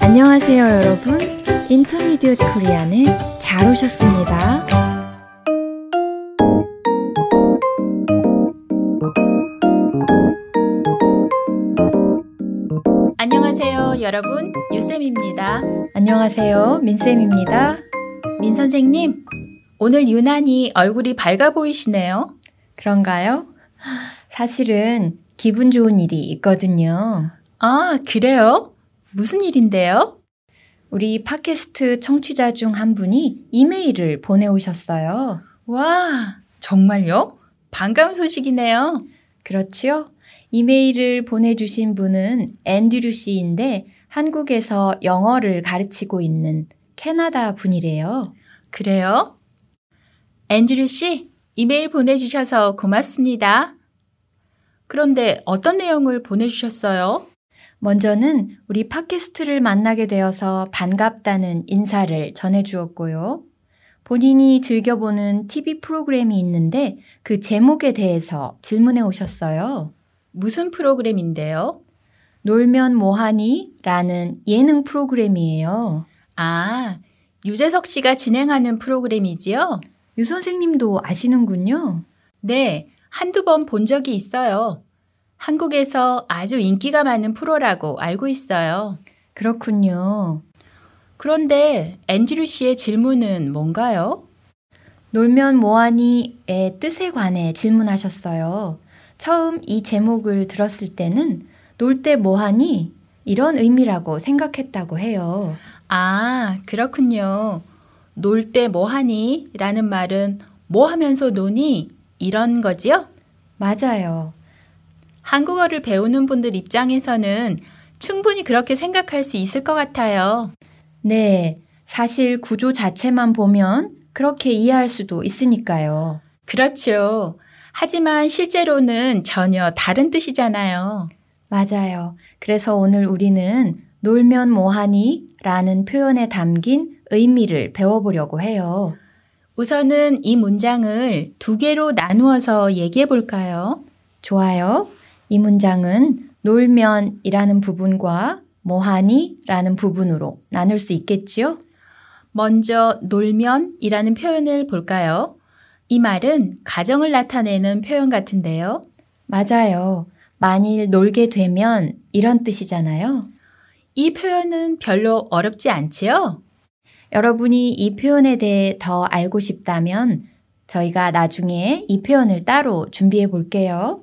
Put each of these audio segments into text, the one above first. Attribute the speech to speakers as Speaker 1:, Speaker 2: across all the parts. Speaker 1: 안녕하세요, 여러분. 인터미디엇 코리안에 잘 오셨습니다.
Speaker 2: 안녕하세요, 여러분. 유쌤입니다.
Speaker 1: 안녕하세요, 민쌤입니다.
Speaker 2: 민 선생님, 오늘 유난히 얼굴이 밝아 보이시네요.
Speaker 1: 그런가요? 사실은 기분 좋은 일이 있거든요.
Speaker 2: 아, 그래요? 무슨 일인데요?
Speaker 1: 우리 팟캐스트 청취자 중 한 분이 이메일을 보내오셨어요.
Speaker 2: 와, 정말요? 반가운 소식이네요.
Speaker 1: 그렇지요? 이메일을 보내주신 분은 앤드류 씨인데 한국에서 영어를 가르치고 있는 캐나다 분이래요.
Speaker 2: 그래요? 앤드류 씨, 이메일 보내주셔서 고맙습니다. 그런데 어떤 내용을 보내주셨어요?
Speaker 1: 먼저는 우리 팟캐스트를 만나게 되어서 반갑다는 인사를 전해주었고요. 본인이 즐겨보는 TV 프로그램이 있는데 그 제목에 대해서 질문해 오셨어요.
Speaker 2: 무슨 프로그램인데요?
Speaker 1: 놀면 뭐하니? 라는 예능 프로그램이에요.
Speaker 2: 아, 유재석 씨가 진행하는 프로그램이지요?
Speaker 1: 유 선생님도 아시는군요.
Speaker 2: 네, 한두 번 본 적이 있어요. 한국에서 아주 인기가 많은 프로라고 알고 있어요.
Speaker 1: 그렇군요.
Speaker 2: 그런데 앤드류 씨의 질문은 뭔가요?
Speaker 1: 놀면 뭐하니의 뜻에 관해 질문하셨어요. 처음 이 제목을 들었을 때는 놀 때 뭐하니? 이런 의미라고 생각했다고 해요.
Speaker 2: 아, 그렇군요. 놀 때 뭐하니? 라는 말은 뭐 하면서 노니? 이런 거지요?
Speaker 1: 맞아요.
Speaker 2: 한국어를 배우는 분들 입장에서는 충분히 그렇게 생각할 수 있을 것 같아요.
Speaker 1: 네. 사실 구조 자체만 보면 그렇게 이해할 수도 있으니까요.
Speaker 2: 그렇죠. 하지만 실제로는 전혀 다른 뜻이잖아요.
Speaker 1: 맞아요. 그래서 오늘 우리는 놀면 뭐하니? 라는 표현에 담긴 의미를 배워보려고 해요.
Speaker 2: 우선은 이 문장을 두 개로 나누어서 얘기해 볼까요?
Speaker 1: 좋아요. 이 문장은 놀면이라는 부분과 뭐하니라는 부분으로 나눌 수 있겠지요?
Speaker 2: 먼저 놀면이라는 표현을 볼까요? 이 말은 가정을 나타내는 표현 같은데요.
Speaker 1: 맞아요. 만일 놀게 되면 이런 뜻이잖아요.
Speaker 2: 이 표현은 별로 어렵지 않지요?
Speaker 1: 여러분이 이 표현에 대해 더 알고 싶다면 저희가 나중에 이 표현을 따로 준비해 볼게요.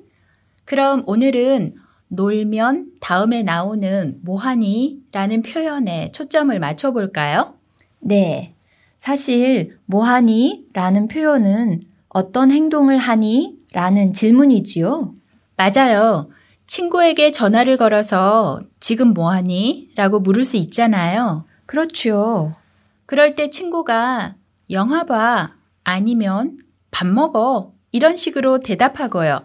Speaker 2: 그럼 오늘은 놀면 다음에 나오는 뭐하니? 라는 표현에 초점을 맞춰볼까요?
Speaker 1: 네. 사실 뭐하니? 라는 표현은 어떤 행동을 하니? 라는 질문이지요.
Speaker 2: 맞아요. 친구에게 전화를 걸어서 지금 뭐하니? 라고 물을 수 있잖아요.
Speaker 1: 그렇죠.
Speaker 2: 그럴 때 친구가 영화 봐 아니면 밥 먹어 이런 식으로 대답하고요.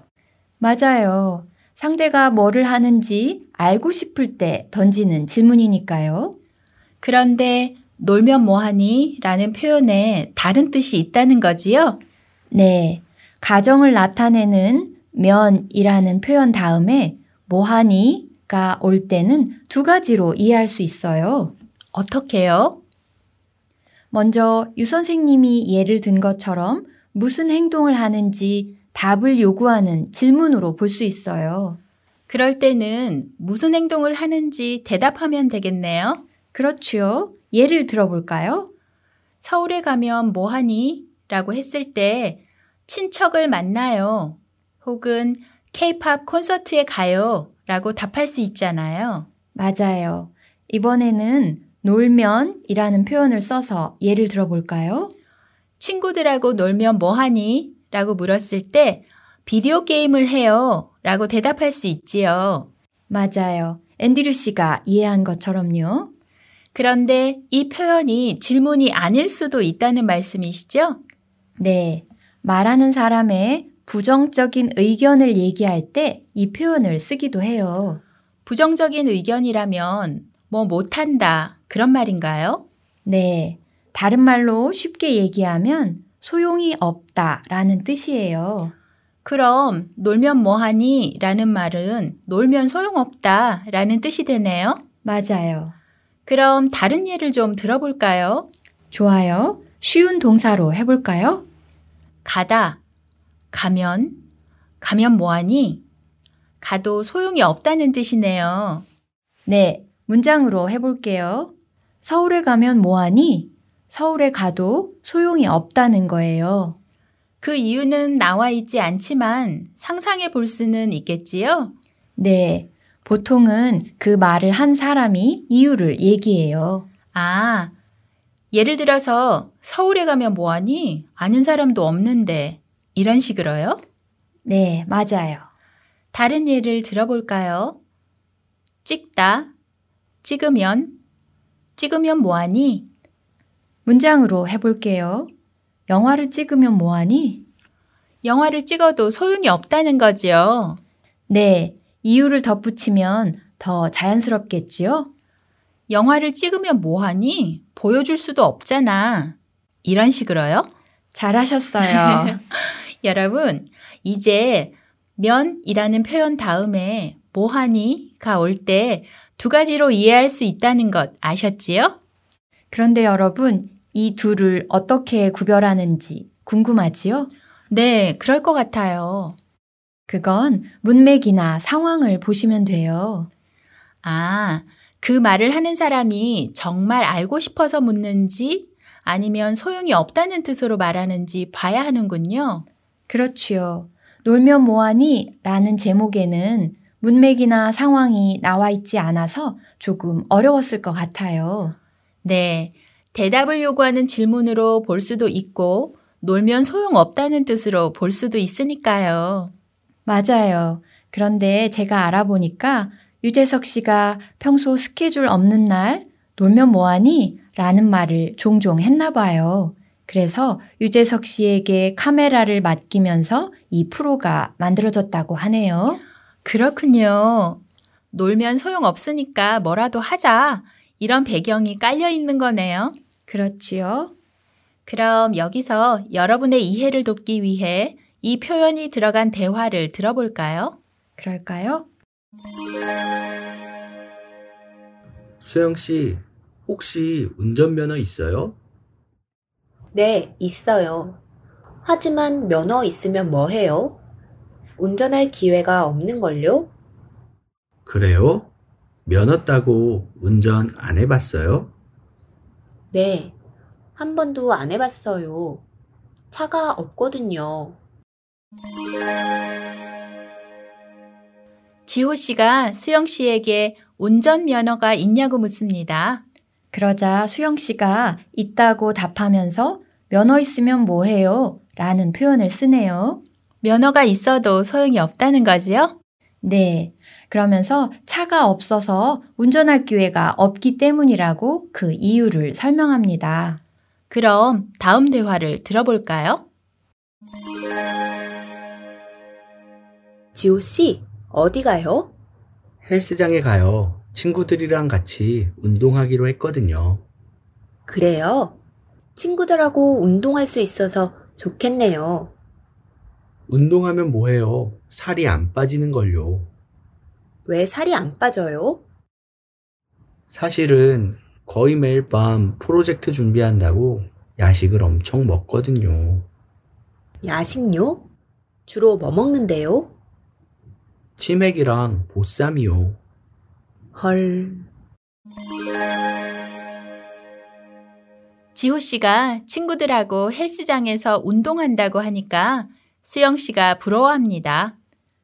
Speaker 1: 맞아요. 상대가 뭐를 하는지 알고 싶을 때 던지는 질문이니까요.
Speaker 2: 그런데 놀면 뭐하니? 라는 표현에 다른 뜻이 있다는 거지요?
Speaker 1: 네. 가정을 나타내는 면이라는 표현 다음에 뭐하니가 올 때는 두 가지로 이해할 수 있어요.
Speaker 2: 어떻게요?
Speaker 1: 먼저 유 선생님이 예를 든 것처럼 무슨 행동을 하는지 답을 요구하는 질문으로 볼 수 있어요.
Speaker 2: 그럴 때는 무슨 행동을 하는지 대답하면 되겠네요.
Speaker 1: 그렇지요. 예를 들어볼까요?
Speaker 2: 서울에 가면 뭐하니? 라고 했을 때 친척을 만나요. 혹은 케이팝 콘서트에 가요. 라고 답할 수 있잖아요.
Speaker 1: 맞아요. 이번에는 놀면이라는 표현을 써서 예를 들어볼까요?
Speaker 2: 친구들하고 놀면 뭐하니? 라고 물었을 때 비디오 게임을 해요. 라고 대답할 수 있지요.
Speaker 1: 맞아요. 앤드류 씨가 이해한 것처럼요.
Speaker 2: 그런데 이 표현이 질문이 아닐 수도 있다는 말씀이시죠?
Speaker 1: 네. 말하는 사람의 부정적인 의견을 얘기할 때 이 표현을 쓰기도 해요.
Speaker 2: 부정적인 의견이라면 뭐 못한다 그런 말인가요?
Speaker 1: 네. 다른 말로 쉽게 얘기하면 소용이 없다 라는 뜻이에요.
Speaker 2: 그럼 놀면 뭐하니? 라는 말은 놀면 소용없다 라는 뜻이 되네요.
Speaker 1: 맞아요.
Speaker 2: 그럼 다른 예를 좀 들어볼까요?
Speaker 1: 좋아요. 쉬운 동사로 해볼까요?
Speaker 2: 가다, 가면, 가면 뭐하니? 가도 소용이 없다는 뜻이네요.
Speaker 1: 네, 문장으로 해볼게요. 서울에 가면 뭐하니? 서울에 가도 소용이 없다는 거예요.
Speaker 2: 그 이유는 나와 있지 않지만 상상해 볼 수는 있겠지요?
Speaker 1: 네, 보통은 그 말을 한 사람이 이유를 얘기해요.
Speaker 2: 아, 예를 들어서 서울에 가면 뭐하니? 아는 사람도 없는데. 이런 식으로요?
Speaker 1: 네, 맞아요.
Speaker 2: 다른 예를 들어볼까요? 찍다, 찍으면, 찍으면 뭐하니?
Speaker 1: 문장으로 해볼게요. 영화를 찍으면 뭐하니?
Speaker 2: 영화를 찍어도 소용이 없다는 거지요.
Speaker 1: 네, 이유를 덧붙이면 더 자연스럽겠지요?
Speaker 2: 영화를 찍으면 뭐하니? 보여줄 수도 없잖아. 이런 식으로요?
Speaker 1: 잘하셨어요.
Speaker 2: 여러분, 이제 면이라는 표현 다음에 뭐하니가 올 때 두 가지로 이해할 수 있다는 것 아셨지요?
Speaker 1: 그런데 여러분, 이 둘을 어떻게 구별하는지 궁금하지요?
Speaker 2: 네, 그럴 것 같아요.
Speaker 1: 그건 문맥이나 상황을 보시면 돼요.
Speaker 2: 아, 그 말을 하는 사람이 정말 알고 싶어서 묻는지 아니면 소용이 없다는 뜻으로 말하는지 봐야 하는군요.
Speaker 1: 그렇지요. 놀면 뭐하니? 라는 제목에는 문맥이나 상황이 나와 있지 않아서 조금 어려웠을 것 같아요.
Speaker 2: 네. 대답을 요구하는 질문으로 볼 수도 있고, 놀면 소용없다는 뜻으로 볼 수도 있으니까요.
Speaker 1: 맞아요. 그런데 제가 알아보니까 유재석 씨가 평소 스케줄 없는 날 놀면 뭐하니? 라는 말을 종종 했나 봐요. 그래서 유재석 씨에게 카메라를 맡기면서 이 프로가 만들어졌다고 하네요.
Speaker 2: 그렇군요. 놀면 소용없으니까 뭐라도 하자. 이런 배경이 깔려 있는 거네요.
Speaker 1: 그렇지요.
Speaker 2: 그럼 여기서 여러분의 이해를 돕기 위해 이 표현이 들어간 대화를 들어볼까요?
Speaker 1: 그럴까요?
Speaker 3: 수영 씨, 혹시 운전면허 있어요?
Speaker 4: 네, 있어요. 하지만 면허 있으면 뭐 해요? 운전할 기회가 없는걸요?
Speaker 3: 그래요? 면허 따고 운전 안 해봤어요?
Speaker 4: 네, 한 번도 안 해봤어요. 차가 없거든요.
Speaker 2: 지호 씨가 수영 씨에게 운전 면허가 있냐고 묻습니다.
Speaker 1: 그러자 수영 씨가 있다고 답하면서 면허 있으면 뭐 해요? 라는 표현을 쓰네요.
Speaker 2: 면허가 있어도 소용이 없다는 거지요?
Speaker 1: 네. 그러면서 차가 없어서 운전할 기회가 없기 때문이라고 그 이유를 설명합니다.
Speaker 2: 그럼 다음 대화를 들어볼까요?
Speaker 4: 지호 씨, 어디 가요?
Speaker 3: 헬스장에 가요. 친구들이랑 같이 운동하기로 했거든요.
Speaker 4: 그래요? 친구들하고 운동할 수 있어서 좋겠네요.
Speaker 3: 운동하면 뭐해요? 살이 안 빠지는 걸요.
Speaker 4: 왜 살이 안 빠져요?
Speaker 3: 사실은 거의 매일 밤 프로젝트 준비한다고 야식을 엄청 먹거든요.
Speaker 4: 야식요? 주로 뭐 먹는데요?
Speaker 3: 치맥이랑 보쌈이요.
Speaker 4: 헐,
Speaker 2: 지호 씨가 친구들하고 헬스장에서 운동한다고 하니까 수영 씨가 부러워합니다.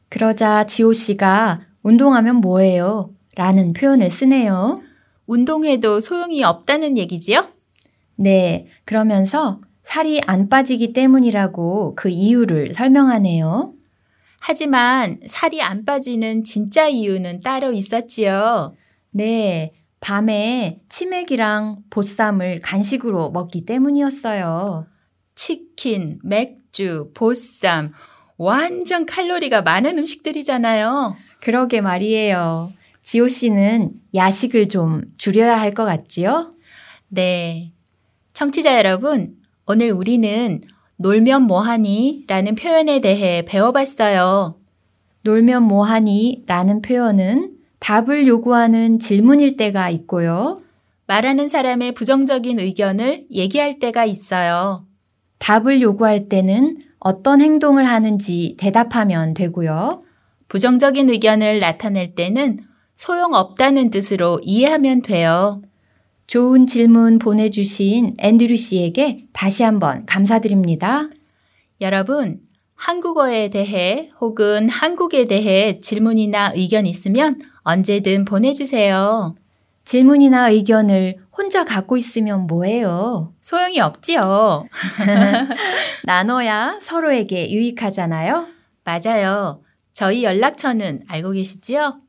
Speaker 1: 그러자 지호 씨가 운동하면 뭐해요? 라는 표현을 쓰네요.
Speaker 2: 운동해도 소용이 없다는 얘기지요?
Speaker 1: 네. 그러면서 살이 안 빠지기 때문이라고 그 이유를 설명하네요.
Speaker 2: 하지만 살이 안 빠지는 진짜 이유는 따로 있었지요.
Speaker 1: 네. 밤에 치맥이랑 보쌈을 간식으로 먹기 때문이었어요.
Speaker 2: 치킨, 맥주, 보쌈. 완전 칼로리가 많은 음식들이잖아요.
Speaker 1: 그러게 말이에요. 지호 씨는 야식을 좀 줄여야 할 것 같지요?
Speaker 2: 네. 청취자 여러분, 오늘 우리는 놀면 뭐하니? 라는 표현에 대해 배워봤어요.
Speaker 1: 놀면 뭐 뭐하니? 라는 표현은 답을 요구하는 질문일 때가 있고요.
Speaker 2: 말하는 사람의 부정적인 의견을 얘기할 때가 있어요.
Speaker 1: 답을 요구할 때는 어떤 행동을 하는지 대답하면 되고요.
Speaker 2: 부정적인 의견을 나타낼 때는 소용없다는 뜻으로 이해하면 돼요.
Speaker 1: 좋은 질문 보내주신 앤드류 씨에게 다시 한번 감사드립니다.
Speaker 2: 여러분, 한국어에 대해 혹은 한국에 대해 질문이나 의견 있으면 언제든 보내주세요.
Speaker 1: 질문이나 의견을 혼자 갖고 있으면 뭐예요?
Speaker 2: 소용이 없지요.
Speaker 1: 나눠야 서로에게 유익하잖아요.
Speaker 2: 맞아요. 저희 연락처는 알고 계시지요?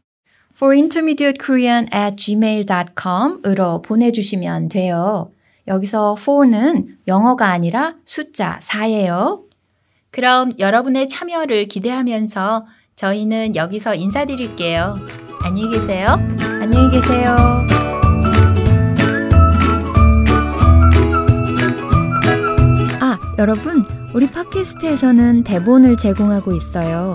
Speaker 1: for intermediate korean at gmail.com 으로 보내주시면 돼요. 여기서 for는 영어가 아니라 숫자 4예요.
Speaker 2: 그럼 여러분의 참여를 기대하면서 저희는 여기서 인사드릴게요. 안녕히 계세요.
Speaker 1: 안녕히 계세요. 아, 여러분, 우리 팟캐스트에서는 대본을 제공하고 있어요.